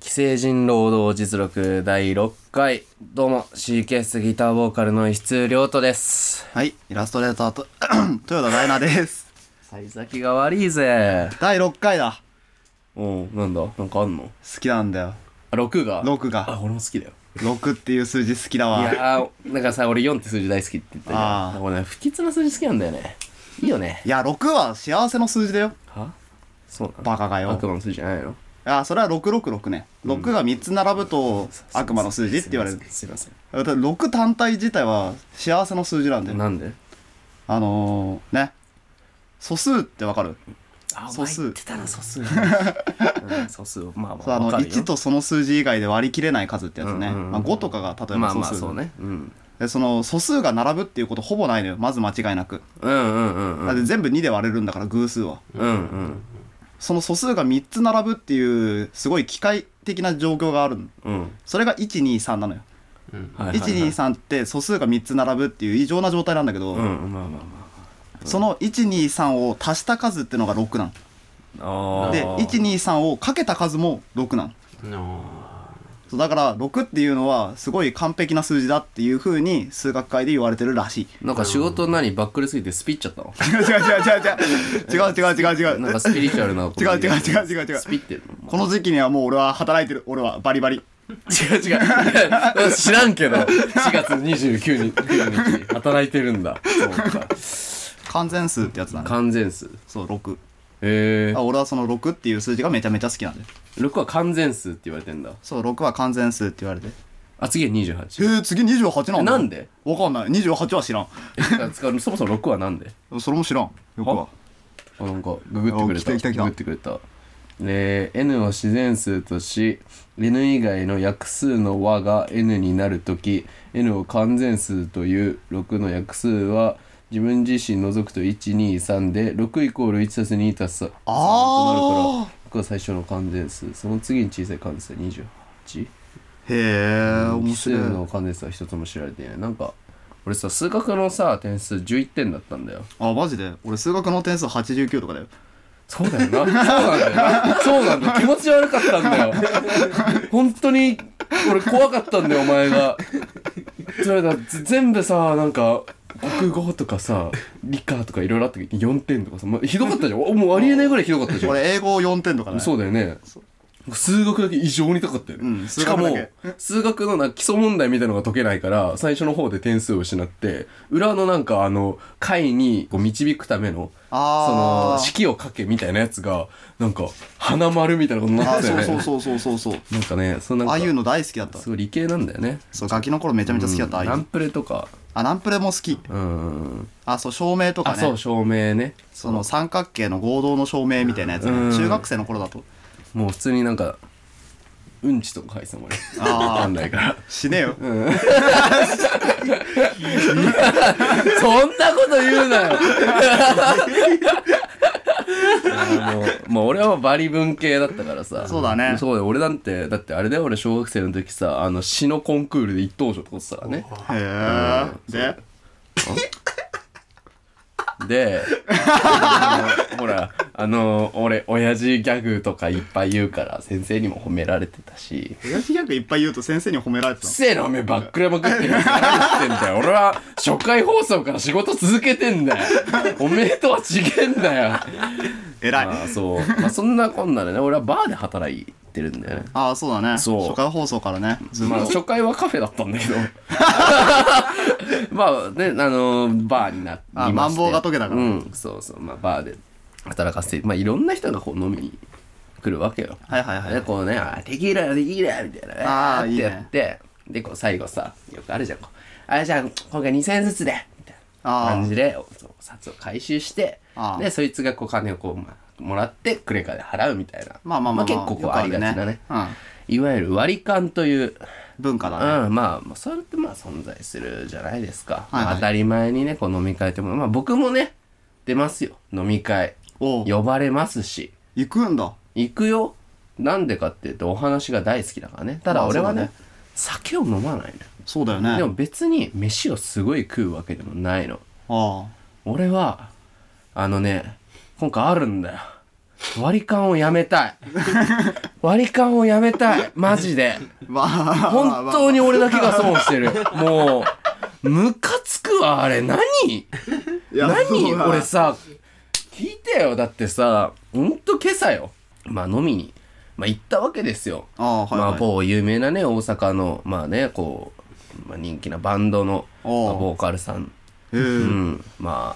成人労働実録第6回。どうも、CKS ギターボーカルの石津亮斗です。はい、イラストレーターと 豊田大 奈です。幸先が悪いぜ。第6回だ。うん、なんだなんかあんの好きなんだよ。あ、6が6あ、が。俺も好きだよ。 6っていう数字好きだいわ。やー、なんかさ、俺4って数字大好きって言ったじゃあん。ー俺ね、不吉な数字好きなんだよね。いいよね。いや、6は幸せの数字だよ。はそうなのバカがよ悪。魔の数字じゃないのあ、それは666ね。6が3つ並ぶと悪魔の数字って言われる。すいません。すいまだから6単体自体は幸せの数字なんだせんよ。なんであのー、ね。素数ってわかるあ、素数お前言ってたな、素 数。うん素数。まあまそうあ、あのわかるよ1とその数字以外で割り切れない数ってやつね。うんうんうんまあ、5とかが例えまばあ素まあ、数そうね。うん。でその素数が並ぶっていうことほぼないのよまず間違いなく、うんうんうんうだっんて全部2で割れるんだから偶数はうんうんその素数が3つ並ぶっていうすごい機械的な状況があるのうんそれが123なのよ、はいはいはい123って素数が3つ並ぶっていう異常な状態なんだけど、うんまあまあまその123を足した数ってのが6なああーので123をかけた数も6なのそうだから6っていうのはすごい完璧な数字だっていうふうに数学界で言われてるらしい なんか仕事何バックルすぎてスピっちゃったの違う違う違う違う違う違う違う違うなんかスピリチュアルな違う違う違う違う違うスピってるのこの時期にはもう俺は働いてる俺はバリバリ違う違うい や知らんけど4月29日29日働いてるんだそうか完全数ってやつだね完全数そう6へえあ俺はその6っていう数字がめちゃめちゃ好きなんで6は完全数って言われてんだそう6は完全数って言われてあ次は28 えー、次28なんだなんでわかんない28は知らんえてかつかそもそも6はなんでそれも知らんよくはあなんかググってくれたお来た来た来たググってくれたで n を自然数とし n 以外の約数の和が n になるとき n を完全数という6の約数は自分自身除くと123で6イコール1たす2たす3となるからあ6は最初の完全数その次に小さい完全数28へえ面奇数白のい完全数は一つも知られていないなんか俺さ数学のさ点数11点だったんだよあマジで俺数学の点数89とかだよそうだよな。そうなんだよな。そうなんだよ。気持ち悪かったんだよ。本当に、俺怖かったんだよ、お前が。それだ、ぜ全部さ、なんか、国語とかさ、理科とかいろいろあったけど、4点とかさ、まひどかったじゃん。おもうありえないぐらいひどかったじゃん。俺英語4点とかだねそうだよね。数学だけ異常に高かったよね。うんし数か学だもけ、数学のなんか基礎問題みたいなのが解けないから、最初の方で点数を失って、裏のなんかあの、解にこう導くための、そのあー式を書けみたいなやつがなんか花丸みたいなことになあってたよそうねそうそうそうそうそうなんかねそのあなあんいうかの大好きだったすごい理系なんだよねそうガキの頃めちゃめちゃ好きだった、うんあナあいンうプレとかあナンプレも好きうんあそう照明とかあねそう照明ねその三角形の合同の証明みたいなやつねうん中学生の頃だともう普通になんかうんちとか書いてたもんねあーわかんないから死ねよそんなこと言うな よあのもう俺はバリ文系だったからさそうだねそうだよ俺なんてだってあれだよ俺小学生の時さあの詩のコンクールで一等賞取ってたからねへえでで あのほらあの俺親父ギャグとかいっぱい言うから先生にも褒められてたし親父ギャグいっぱい言うと先生に褒められてうったせえなおめえバックレまくってるやつ何言ってんだよ俺は初回放送から仕事続けてんだよおめえとは違えんだよえらいまあそう、まあ、そんなこんなでね俺はバーで働いてるんだよねああそうだねそう初回放送からねずっまあと初回はカフェだったんだけ どまあねあのバーになりましてあマンボウが解けたからうんそうそうまあバーで働かせてまあいろんな人がこう飲みに来るわけよはいはいはいでこうね「あテキーラよテキーラよ」みたいなねあーってやってでこう最後さよくあるじゃんこう「あじゃあ今回2000円ずつで」みたいなあー感じでおお札を回収してあーでそいつがこう金をこう、まあ、もらってクレカで払うみたいなまあまあまあまあ結構こうありがちなよねくあるねいわゆる割り勘という文化だねうん、まあまあ、それってまあ存在するじゃないですか。はいはいまあ当たり前にね、こう飲み会っても、まあ僕もね、出ますよ。飲み会。おう呼ばれますし、行くんだ行くよ。なんでかっていうと、お話が大好きだからね。ただまあ俺はね、そうだね酒を飲まないの。そうだよでねも別に飯をすごい食うわけでもないの。あ俺は、あのね、今回あるんだよ。あ割り勘をやめ たい割り勘をやめたいマジでわあわあわあ本当に俺だけが損してるもうムカつくわあれ何いや何そうだ俺さ聞いてよだってさほんと今朝よまあ飲みに、まあ、行ったわけですよああはい、はいまあ、某有名なね大阪のまあねこう、まあ、人気なバンドの、まあおうボーカルさん、ええうん、ま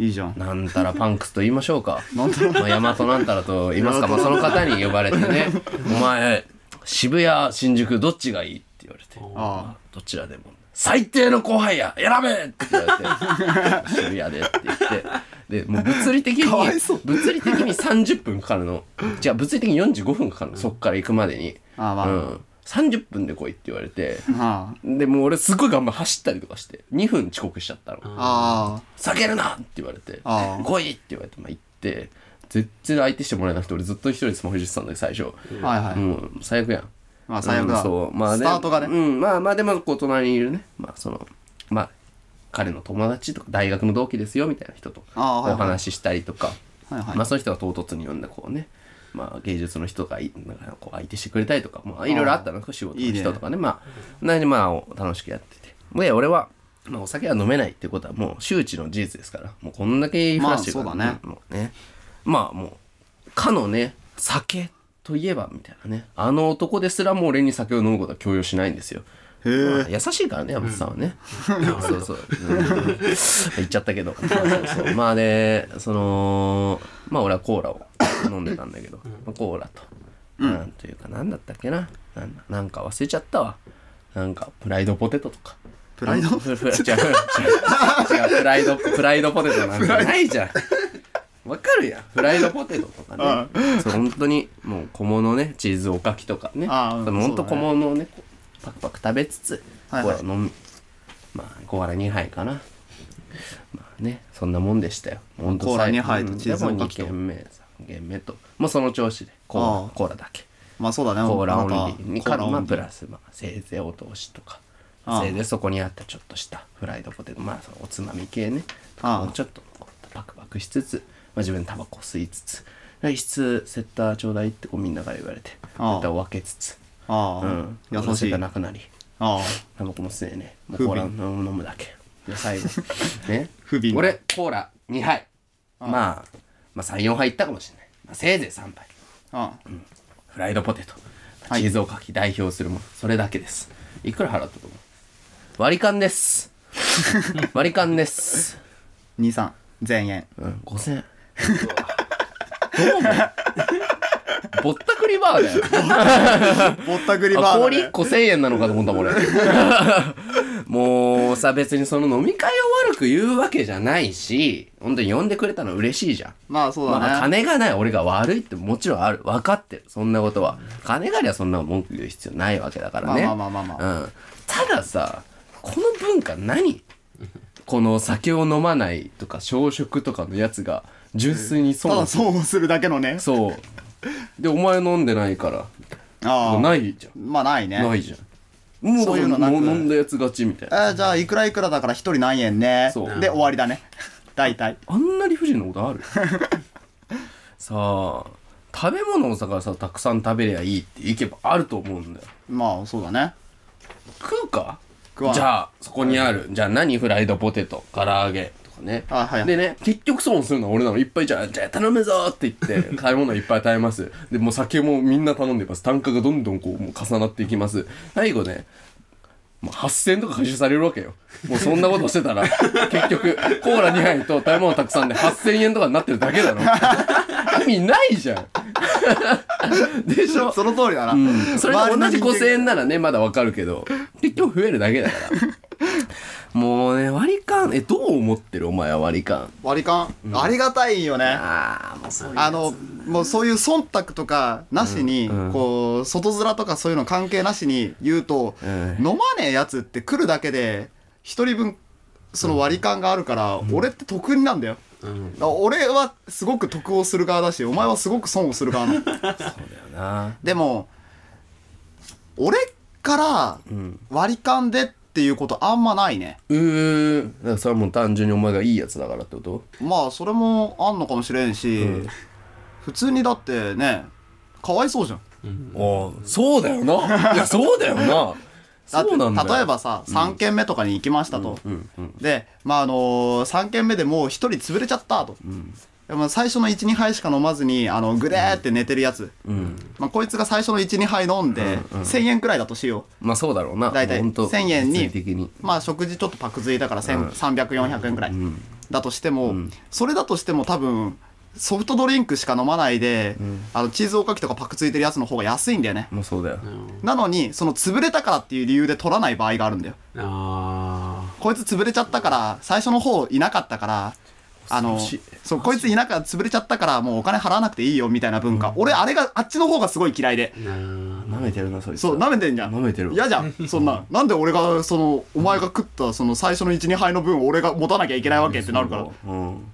いいじゃんあなんたらパンクスと言いましょうか なんだまあ大和なんたらと言いますか、まあ、その方に呼ばれて ね「お前渋谷新宿どっちがいい?」って言われてあどちらでも最低の後輩や選べって言われ て渋谷でって言ってでもう物理的にかわいそう物理的に30分かかるの違う物理的に45分かかるのそっから行くまでに、ああまうあ、ん、30分で来いって言われてあでもう俺すごい頑張って走ったりとかして2分遅刻しちゃったのああ「下げるな!」って言われて「ああ来い!」って言われて、まあ、行って絶対相手してもらえなくて俺ずっと一人でスマホいじってたんだけど最初、あはいはい、もう最悪やんまあ最悪だ、うんそうまあねスタートがね、うんまあまあでもこう隣にいるねまあそのまあ彼の友達とか大学の同期ですよみたいな人とおあーはいはい話ししたりとかはいはい、まあそういう人が唐突に呼んだこうねまあ芸術の人がいなんかこう相手してくれたりとかまあいろいろあったの仕事の人とかねまあなのでまあお楽しくやっててで俺はまあお酒は飲めないってことはもう周知の事実ですからもうこんだけフラッシュまがあそうだねもうねまあもうかのね酒といえばみたいなねあの男ですらもう俺に酒を飲むことは強要しないんですよへえまあ優しいからね山本さんは ね、そうそう、うん言っちゃったけ どまあそうそうまあねそのまあ俺はコーラを飲んでたんだけど、まあコーラと、なんというかなんだったっけななんだなんか忘れちゃったわなんかプライドポテトとかプライドプ プ違う違う違うプライドプライドポテトなんかないじゃんわかるやんフライドポテトとかねそう本当にもう小物ねチーズおかきとかねあーうんその本当そ小うだね物をねこうパクパク食べつつコはいはーいラ飲みまあコーラ2杯かなまあねそんなもんでしたよ本当コーラ最2杯とうんチーズおかきとでも2軒目3軒目ともうその調子でコーあラーコーラだけまあそうだねコーラオンリーなんにかからコーラオンまあリープラス、まあ、せいぜいお通しとかああせいぜいそこにあったちょっとしたフライドポテトまあそのおつまみ系ねとかああもうちょっとこうパクパクしつつ、まあ、自分でタバコ吸いつつ一室セッターちょうだいってこうみんなから言われてセああッターを分けつつあうあ、ん優しいがあなくなりあタバコも吸えねもう不憫コーラ飲む飲むだけで最 後ね不憫俺コーラ2杯まあまあ34杯いったかもしれない、まあ、せいぜい3杯あフライドポテトはいチーズおかき代表するもの、それだけですいくら払ったと思う割り勘です 割り勘です、 23全円うん、5000円どうもぼったくりバーだよぼったくりバあーだ氷ね1個1000円なのかと思ったもん俺 もうさ別にその飲み会を悪く言うわけじゃないし本当に呼んでくれたの嬉しいじゃんまあそうだね、まあ、金がない俺が悪いってもちろんある分かってるそんなことは金がありゃそんな文句言う必要ないわけだからねまあまあまあまあうん、たださこの文化何この酒を飲まないとか小食とかのやつが純粋にた損だ損をするだけのねそうでお前飲んでないからああないじゃまあないねんないじゃんもうそういうのなくもう飲んだやつ勝ちみたいなえーじゃあいくらいくらだから一人何円ねそうで終わりだね大体あんな理不尽なことあるさあ食べ物をさからさたくさん食べりゃいいって意見もあると思うんだよまあそうだね食うか食わないじゃあそこにある、じゃあ何フライドポテト唐揚げとかねあはいはいでね結局損するのは俺なのいっぱいじゃあじゃあ頼むぞーって言 って買い物いっぱい買えますでもう酒もみんな頼んでます単価がどんどんこうもう重なっていきます最後ねもう8000円とか回収されるわけよもうそんなことしてた ら結局コーラ2杯と食べ物たくさんで8000円とかになってるだけだ ろ意味ないじゃん でしょその通りだな、うんそれ周とりの同じ人間5000円ならねまだわかるけど結局増えるだけだから もうね割り勘えどう思ってるお前は割り勘割り勘、ありがたいよねああもうそうあのもうそういう忖度とかなしに、うんうんこう外面とかそういうの関係なしに言うと、うん飲まねえやつって来るだけで一人分その割り勘があるから、俺って得になんだよ、だから俺はすごく得をする側だしお前はすごく損をす る側なのだよなでも俺からうん割り勘でっていうことあんまないねうーだからそれはもう単純にお前がいいやつだからってことまあそれもあんのかもしれんし、普通にだってねかわいそうじゃんおうそうだよないやそうだよなだってそうなんだよ例えばさ3軒目とかに行きましたと、うんうんでまああのー、3軒目でもう1人潰れちゃったと、でも最初の12杯しか飲まずにあのグレーって寝てるやつ、うんまあ、こいつが最初の12杯飲んで、1,000円くらいだとしようまあそうだろうな大もう体ほんと1000円に物理的にまあ食事ちょっとパク食いだから千300400円ぐらいだとしても、それだとしても多分ソフトドリンクしか飲まないで、あのチーズおかきとかパクついてるやつの方が安いんだよね、まあそうだよなのにその潰れたからっていう理由で取らない場合があるんだよあこいつ潰れちゃったから最初の方いなかったからあの恐ろしいそうこいついなか潰れちゃったからもうお金払わなくていいよみたいな文化、俺あれがあっちの方がすごい嫌いでーな舐めてるなそいつそう舐めてんじゃん舐めてる嫌じゃんそんななんで俺がそのお前が食ったその最初の12杯の分を俺が持たなきゃいけないわけってなるからだかうん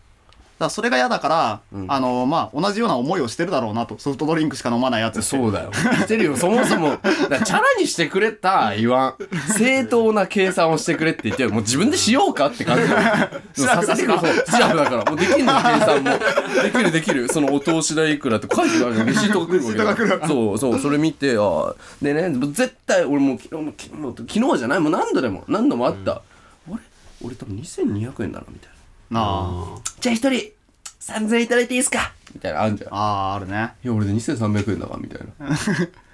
らそれが嫌だから、あのまあ同じような思いをしてるだろうなとソフトドリンクしか飲まないやつってそうだよ。してるよ。そもそも、だからチャラにしてくれた、言わん。正当な計算をしてくれって言ってる、もう自分でしようかって感じだよ。させてくれ、そう。シラフだから。もうできんの、計算も。できるできる。そのお通し代いくらって書いてあるよ。レシートが来るわけだレシートが来るそうそう、それ見て、ああ。でね、もう絶対、俺もう昨日も、昨日も昨日じゃない、もう何度でも、何度もあった。あれ俺多分2200円だな、みたいな。なじゃあ一人、3000円いただいていいですかみたいな、あんじゃん。いああーあるねや、俺で2300円だから、みたい な。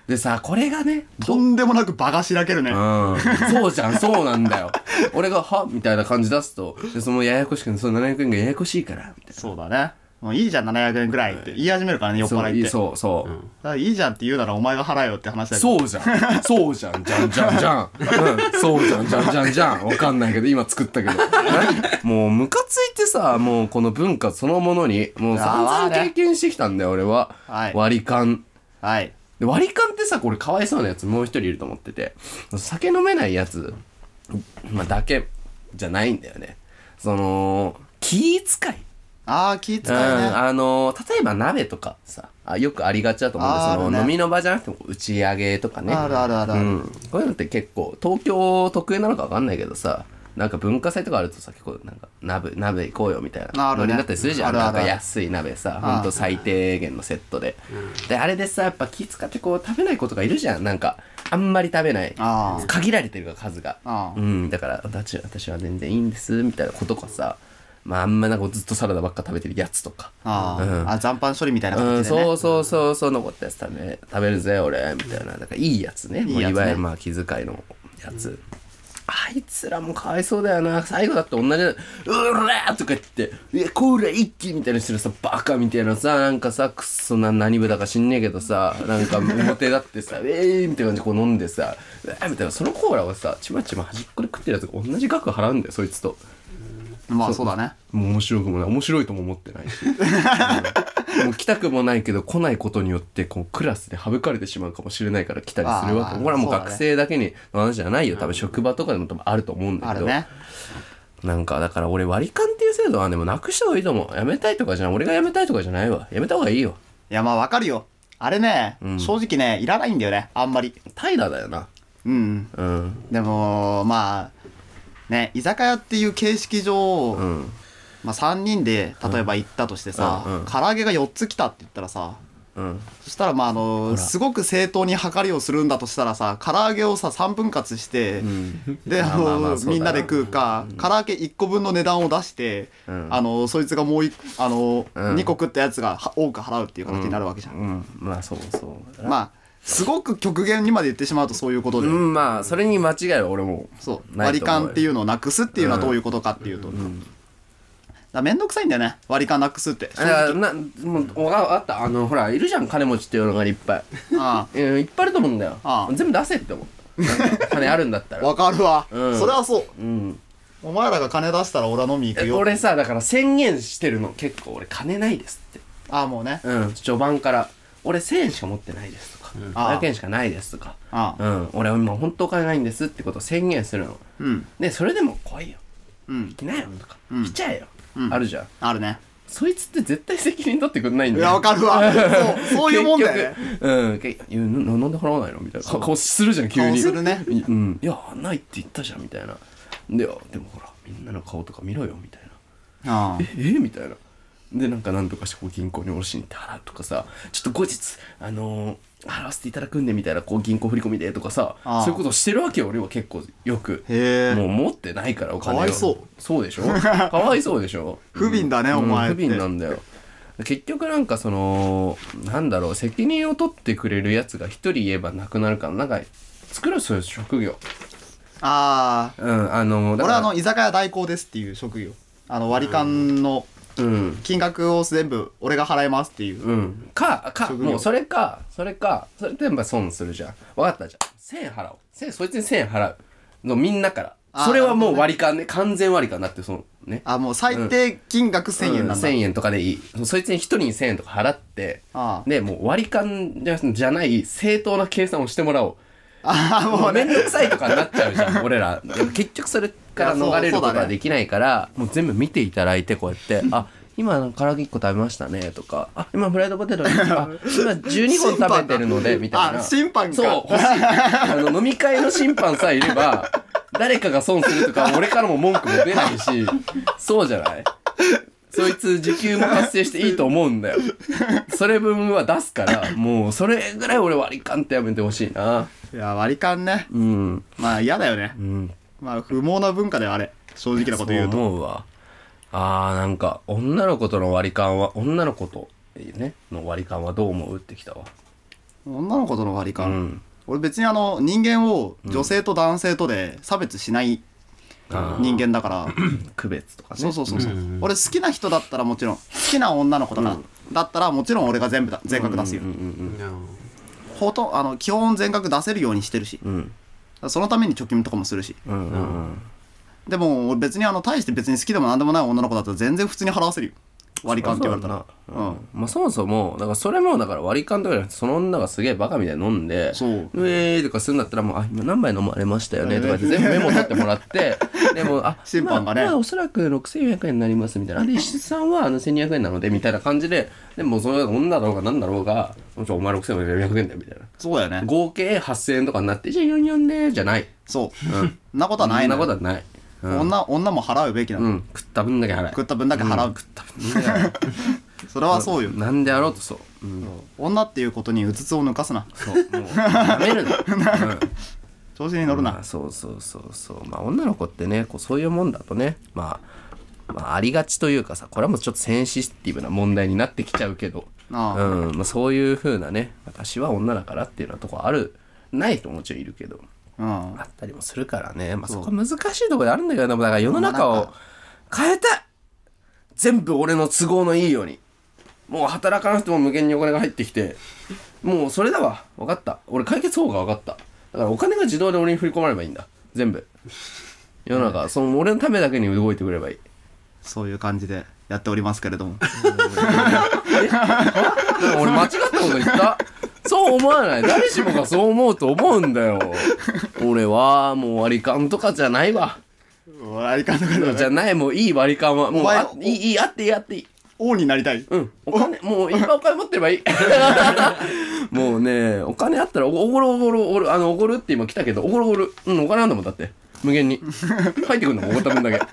でさ、これがね、とんでもなく場がしらけるねうん、そうじゃん、そうなんだよ。俺が、はみたいな感じ出すと、でそのややこしくその700円がややこしいから、みたいそうだねもういいじゃん700円くらいって言い始めるからね酔な。っ払そういいっい、てそう、そう。だからいいじゃんって言うならお前が払えよって話だけどそうじゃん。そうじゃん。じゃんじゃんじゃん。うん。そうじゃんじゃんじゃんじゃん。わかんないけど、今作ったけど。何もう、ムカついてさ、もうこの文化そのものに、もう散あ々ーまあね経験してきたんだよ、俺は。はい割り勘。はいで割り勘ってさこれかわいそうなやつもう一人いると思ってて酒飲めないやつ、まあ、だけじゃないんだよねその気遣い、ああ気うん、遣いねあの例えば鍋とかさあよくありがちだと思うんであーそあるのね飲みの場じゃなくても打ち上げとかねあるあるあるあうるん、こういうのって結構東京特有なのか分かんないけどさなんか文化祭とかあるとさ結構なんか鍋鍋行こうよみたいなあるねノリになったりするじゃんあるあるあるなんか安い鍋さほんと最低限のセットで、であれでさやっぱ気使ってこう食べない子とかいるじゃんなんかあんまり食べないあー限られてるから数があーうんだから私私は全然いいんですみたいな子とかさまああんまなんかずっとサラダばっか食べてるやつとかあー、うんあ残飯処理みたいなうん、形でね、そうそうそうそう残ったやつ食べ食べるぜ俺みたいなだからいいやつねいいもやつねういわゆるまあ気遣いのやつ、あいつらもかわいそうだよな最後だって同じ「うら!」とか言って「いやこら一気!」みたいなしてるさバカみたいなさなんかさくっそな何部だか知んねえけどさなんか表だってさ「 ええー!」みたいな感じでこう飲んでさ「うわー!」みたいなそのコーラをさちまちま端っこで食ってるやつが同じ額払うんだよそいつと。まあそうだねもう面白くもない面白いとも思ってないし、うんもう来たくもないけど来ないことによってこうクラスで省かれてしまうかもしれないから来たりするわあけーこれはもうそうだね学生だけにの話じゃないよ多分職場とかでも多分あると思うんだあけるど、ねなんかだから俺割り勘っていう制度はでもなくした方がいいと思うやめたいとかじゃない俺がやめたいとかじゃないわやめた方がいいよいやまあわかるよあれね、正直ねいらないんだよねあんまり怠惰だよなうんうんでもまあね居酒屋っていう形式上、うんまあ、3人で例えば行ったとしてさ、うんうん唐揚げが4つ来たって言ったらさうんそしたらまああのすごく正当に量りをするんだとしたらさ唐揚げをさ3分割して、でまああまあまあのそうだなみんなで食うか、唐揚げ1個分の値段を出して、うんあのそいつがもういあの、うん2個食ったやつがは多く払うっていう形になるわけじゃん、うんまあそうそうまあすごく極限にまで言ってしまうとそういうことうで、んまあそれに間違いは俺もそうない割とり思うよ勘っていうのをなくすっていうのはどういうことかっていうと、だから面倒くさいんだよね割り勘なくすって正直あなもうわあったあのほらいるじゃん金持ちっていうのがいっぱいあえーいっぱいあると思うんだよああ全部出せって思うなんか金あるんだったあらわかるわ、うんそれはそううんお前らが金出したら俺は飲み行くえよ俺さだから宣言してるの結構俺金ないですっああもうねてうん序盤から俺1000円しか持ってないですとか、ああ500円しかないですとかああうん俺は今本当お金ないんですってことを宣言するのうんでそれでも来いようん来なよとか、うん来ちゃえよ、うんあるじゃんあるねそいつって絶対責任取ってくんないんいだよやわかるわそう そういうもんだよね結局うんけいやななんで払わないのみたいな顔するじゃん急に顔するねいうん、いやないって言ったじゃんみたいなであでもほらみんなの顔とか見ろよみたいなあえみたいなでなんかなんとかしてこう銀行に下ろしに行って払うとかさちょっと後日あのー払わせていただくんでみたいなこう銀行振り込みでとかさああそういうことをしてるわけよ俺は結構よくへえもう持ってないからお金をかわいそうそう でしょかわいそうでしょ不憫だねうんお前うっんて不憫なんだよ結局なんかそのなんだろう責任を取ってくれるやつが一人言えばなくなるからなんか作るそういう職業ああうんあのだか俺はらあの居酒屋代行ですっていう職業あの割り勘のうん金額を全部俺が払いますっていううんかか職業もうそれかそれかそれ全部損するじゃん分かったじゃん1000円払おう1000そいつに1000円払うのみんなからあーそれはもうな割り勘ね完全割り勘だってそのねあもう最低金額1000円なんだ、う1000円とかでいいそいつに1人に1000円とか払ってああでもう割り勘じゃじゃない正当な計算をしてもらおうああももううめんねどくさいとかになっちゃうじ ゃん俺らでも結局それからいやそう逃れることそうだがねできないからもう全部見ていただいてこうや って「あ今唐揚げ1個食べましたね」とか「あ今フライドポテトです あ今12本食べてるので」みたいなあ審判かそう 欲しいあの飲み会の審判さえいれば誰かが損するとか俺からも文句も出ないしそうじゃないそいつ時給も発生していいと思うんだよそれ分は出すからもうそれぐらい俺割り勘ってやめてほしいないや割り勘ねうんまあ嫌だよねうんまあ不毛な文化であれ正直なこと言うとそう思うわあーなんか女の子との割り勘は女の子とねの割り勘はどう思うってきたわ女の子との割りう勘、ん俺別にあの人間を女性と男性とで差別しないあー人間だから、区別とかねそうそうそうそう、うんうん俺好きな人だったらもちろん好きな女の子とか、だったらもちろん俺が全部だ全額出すよ、うんうんほとんあの基本全額出せるようにしてるしうんうんそのために貯金とかもするしうんうんうんでも俺別にあの大して別に好きでも何でもない女の子だったら全然普通に払わせるよ割り勘って言われたらそうだなうんまあそもそもだからそれもだから割り勘とかじゃなくてその女がすげえバカみたいに飲んでそうウェーイとかするんだったらもう「あ今何杯飲まれましたよね」とかって全部メモ取ってもらって でもうあ審判がねまあまあおそらく6400円になりますみたいなで石津さんはあの1200円なのでみたいな感じででもそれ女だろうが何だろうが「ちょお前6400円だよ」みたいなそうだよね合計8000円とかになって「じゃあ44で」じゃないそううんそんなことはないそのんなよことはないうん女女も払うべきなの、うん食った分だけ払え食った分だけ払う、食った分だけ払えそれはそうよ、なんであろうとそううん女っていうことにうつつを抜かすなそう、もう、やめるの。調子に乗うるん、な、まあ、そうそうそうそう、まあ、女の子ってね、こう、そういうもんだとね、まあ。まあ、ありがちというかさ、これはもうちょっとセンシティブな問題になってきちゃうけど。ああうん、まあ、そういう風なね、私は女だからっていうようなとこある。ない人ももちろんいるけど、うんあったりもするからね、まあ、そそうこは難しいところであるんだけど、でも、だから、世の中世のを中変えたい。全部俺の都合のいいように。もう働かなくても無限にお金が入ってきてもうそれだわ分かった俺解決法が分かっただからお金が自動で俺に振り込まればいいんだ全部世の中はその俺のためだけに動いてくればいいそういう感じでやっておりますけれども 俺間違ったこと言ったそう思わない誰しもがそう思うと思うんだよ俺はもう割り勘とかじゃないわ割り勘とかじじゃゃないもういい割り勘はもおう前あいいいいあっていいあっていい王になりたいうん、お金、もういっぱいお金持ってればいい。 もうね、お金あったらお、おごるおごるおごる、あの、おごるって今来たけど、おごるおごる。うん、お金なんだもん、だって。無限に。入ってくんだもん、おごった分だけ。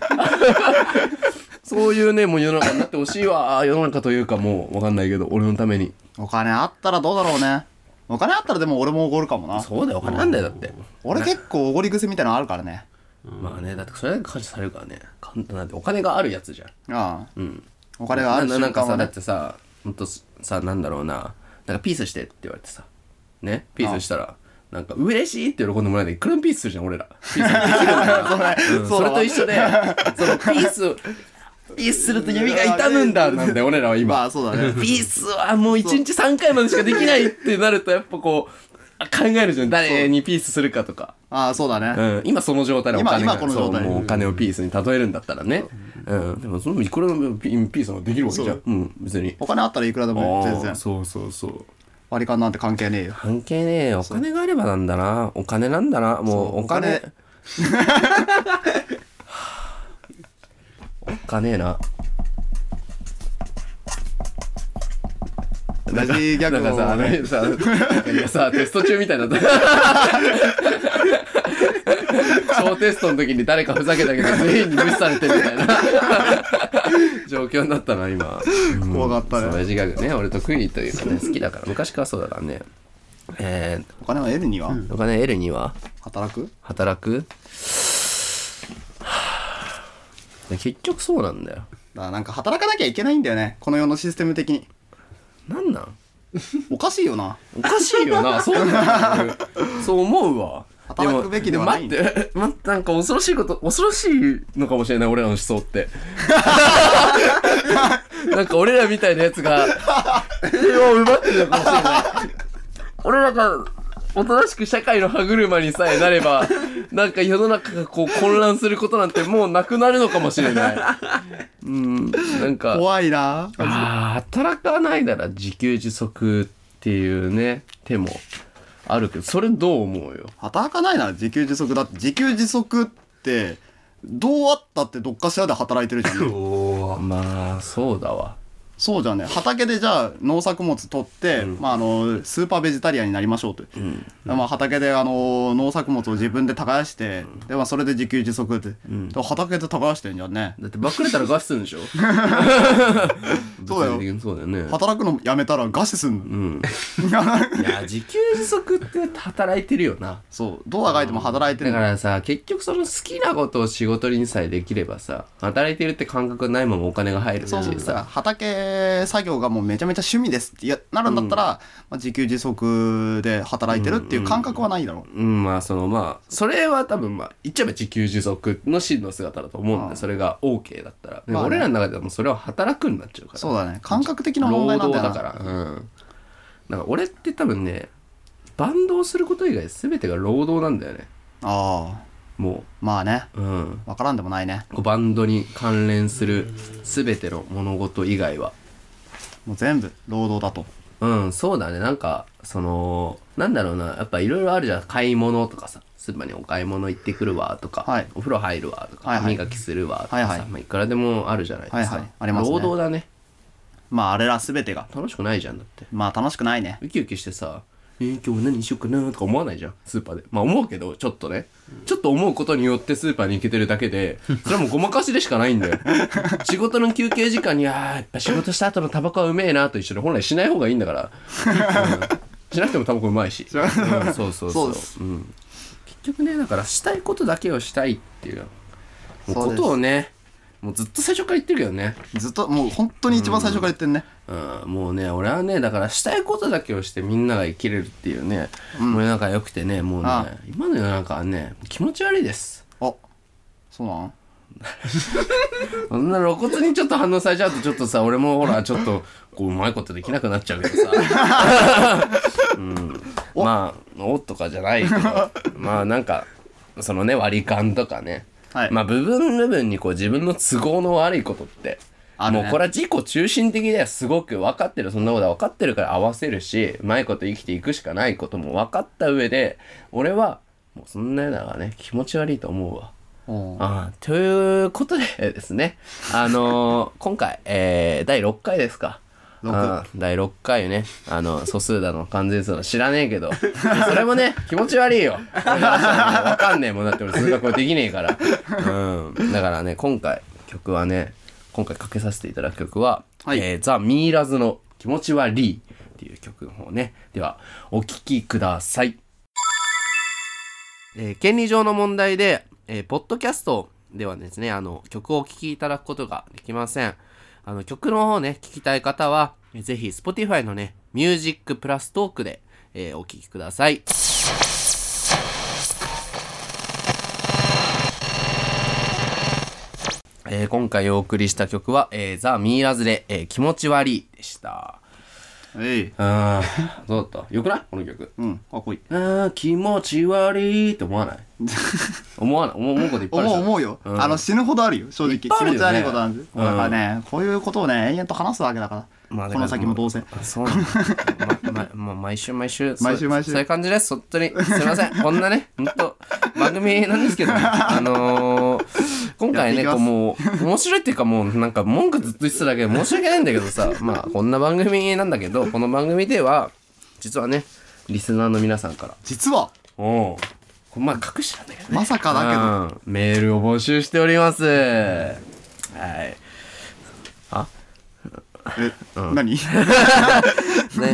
そういうね、もう世の中になってほしいわ。世の中というかもう、わかんないけど、俺のために。お金あったらどうだろうねお金あったらでも俺もおごるかもなそうだよ、お金なんだよ、だって。俺結構おごり癖みたいなのあるからねまあね、だってそれだけ感謝されるからね。簡単なんて、お金があるやつじゃん。ああうん。お金があるなな瞬んか間さはだねってさほんとさなんだろうななんかピースしてって言われてさねピースしたらなんか嬉しいって喜んでもらえないいくらもピースするじゃん俺らピースうん そうそだれわと一緒でそのピースをピースすると指が痛むんだなんだよ俺らはま今あそうだねピースはもう1日3回までしかできないってなるとやっぱこう考えるじゃん誰にピースするかとかああそうだ ねうん、今その状態でお今金が今この状態そうもうお金をピースに例えるんだったらね、うんでもそのいくらのピピースもできるわけじゃん、そうん、別にお金あったらいくらでもあー全然そうそうそう割り勘なんて関係ねえよ関係ねえよお金があればなんだなお金なんだなもそううお金お金おっかねえなラジギャグなんかさ、あをねのさ、なんかさ、テスト中みたいになった。小テストの時に誰かふざけたけど、全員に無視されてるみたいな状況になったな、今。怖かったねそう、ラジギャグね、俺得意というかね、好きだから、昔からそうだからね。えお金は得るにはー、お金得るには働く働く はぁ結局そうなんだよ。だからなんか働かなきゃいけないんだよねこの世のシステム的になんなんおかしいよなおかしいよ な、そうなんだよそう思うわ。働くべきではないも待って、 待って、なんか恐ろしいこと、恐ろしいのかもしれない、俺らの思想 って。なんか俺らみたいなやつが、平和を奪ってるのかもしれない。俺らが、おとなしく社会の歯車にさえなれば、なんか世の中がこう混乱することなんてもうなくなるのかもしれない。うん、なんか。怖いなあー働かないなら自給自足っていうね手もあるけどそれどう思うよ働かないなら自給自足だって自給自足ってどうあったってどっかしらで働いてるじゃんおーまあそうだわそうじゃんね畑でじゃあ農作物取って、まあ、あのスーパーベジタリアンになりましょうと、まあ、畑であの農作物を自分で耕して、でまあ、それで自給自足って、でも畑で耕してんじゃんねだってばっくれたら餓死するんでしょそうだよ物理的にそうだよね働くのやめたら餓死すんの、いや自給自足って働いてるよなそうどうあがいても働いてだるかのらさ結局その好きなことを仕事にさえできればさ働いてるって感覚がないままお金が入るしそうそうささ畑作業がもうめちゃめちゃ趣味ですっていやなるんだったら、まあ、自給自足で働いてるっていう感覚はないだろう、うんまあそのまあそれは多分まあ言っちゃえば自給自足の真の姿だと思うんでそれが OK だったらでまあもね俺らの中ではもうそれは働くになっちゃうからそうだね感覚的な問題なんだよな労働だからうんなんか俺って多分ねバンドをすること以外全てが労働なんだよねああもまあねううん分からんでもないねこうバンドに関連する全ての物事以外はもう全部労働だとうんそうだねなんかそのなんだろうなやっぱいろいろあるじゃん買い物とかさスーパーにお買い物行ってくるわとか、はいお風呂入るわとか、はいはい歯磨きするわとかさ、はいはいまあ、いくらでもあるじゃないですか、はいはいありますね労働だねまああれら全てが楽しくないじゃんだってまあ楽しくないねウキウキしてさ、えー今日何しようかなとか思わないじゃん、スーパーで。まあ思うけど、ちょっとね。ちょっと思うことによってスーパーに行けてるだけで、それはもうごまかしでしかないんだよ。仕事の休憩時間に、あーやっぱ仕事した後のタバコはうめえなと一緒に本来しない方がいいんだから。うんしなくてもタバコうまいし。うんそうそうそそううですうん。結局ね、だからしたいことだけをしたいっていう。もうそうこですとをね、もうずっと最初から言ってるけどね。ずっともう本当に一番最初から言ってんね、うん、もうね俺はねだからしたいことだけをしてみんなが生きれるっていうね、世の中良くてねもうねああ今の世の中はね気持ち悪いですあそうなんそんな露骨にちょっと反応されちゃうとちょっとさ俺もほらちょっとこううまいことできなくなっちゃうけどさ、うん、まあ「お」とかじゃないけどまあなんかそのね割り勘とかね、はいまあ部分部分にこう自分の都合の悪いことってあるねもうこれは自己中心的ではすごく分かってるそんなことは分かってるから合わせるしうまいこと生きていくしかないことも分かった上で俺はもうそんなようなのはね気持ち悪いと思うわ。おうあーということでですねあ のー今回、えー第6回ですか。六あー第6回ねあの素数だの完全数だの知らねえけどそれもね気持ち悪いよ分かんねえもんだって俺数学はできねえから、うん、だからね今回曲はね今回かけさせていただく曲は「はいえーザ・ミイラズの気持ち悪い」っていう曲の方ねではお聴きください。えー権利上の問題で、えーポッドキャストではですね、あの、曲をお聴きいただくことができません。あの、曲の方ね、聞きたい方は、えーぜひ、Spotify のね、ミュージックプラストークで、えーお聴きください。えー今回お送りした曲は、えー、ザ・ミイラズで、えー気持ち悪いでした。えいうーん、 どうだったよくないこの曲。うんかっこいいあー気持ち悪いって思わない 思わない思う思うこといっぱいある思うじゃん思うよ、うんあの死ぬほどあるよ正直気ぱいあるよね持ち悪いことなんうで、んだからねこういうことをね延々と話すわけだから、まあだこからの先もどうせあそうなんだままま毎週 毎週毎週そう毎週そういう感じです本 当にすいませんこんなね本当番組なんですけどあのー今回ねやこってういきますもう面白いっていうかもうなんか文句ずっと言ってただけで申し訳ないんだけど さまあこんな番組なんだけどこの番組では実はねリスナーの皆さんから実はおおまあ隠してたんだけどねまさかだけどうんメールを募集しておりますはいえ、何 ね、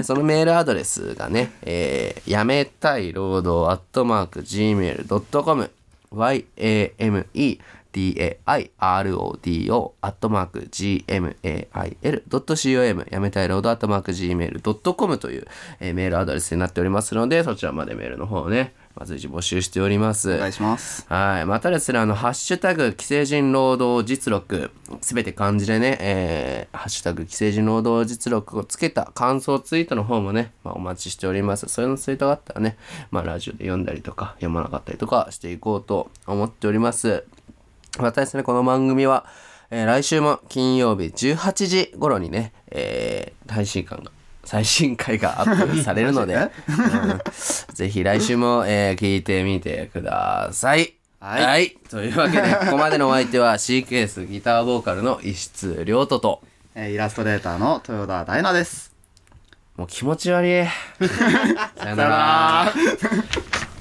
そのメールアドレスがね、えーやめたい労働アットマーク Gmail.com yametairodo アットマーク gmail.com やめたい労働アットマーク gmail.com という、えーメールアドレスになっておりますのでそちらまでメールの方をねまあ随時募集しております。お願いしますはい。またですね、あの、ハッシュタグ、既成人労働実録、すべて漢字でね、えー、ハッシュタグ、既成人労働実録をつけた感想ツイートの方もね、まあ、お待ちしております。それのツイートがあったらね、まあ、ラジオで読んだりとか、読まなかったりとかしていこうと思っております。またですね、この番組は、えー来週も金曜日18時頃にね、えー配信感が、最新回がアップされるの で、うんぜひ来週も、えー聞いてみてください。はいというわけで、 ここまでのお相手は C ケースギターボーカルの石津亮斗と、 えーイラストレーターの豊田大奈です もう気持ち悪い。さよなら。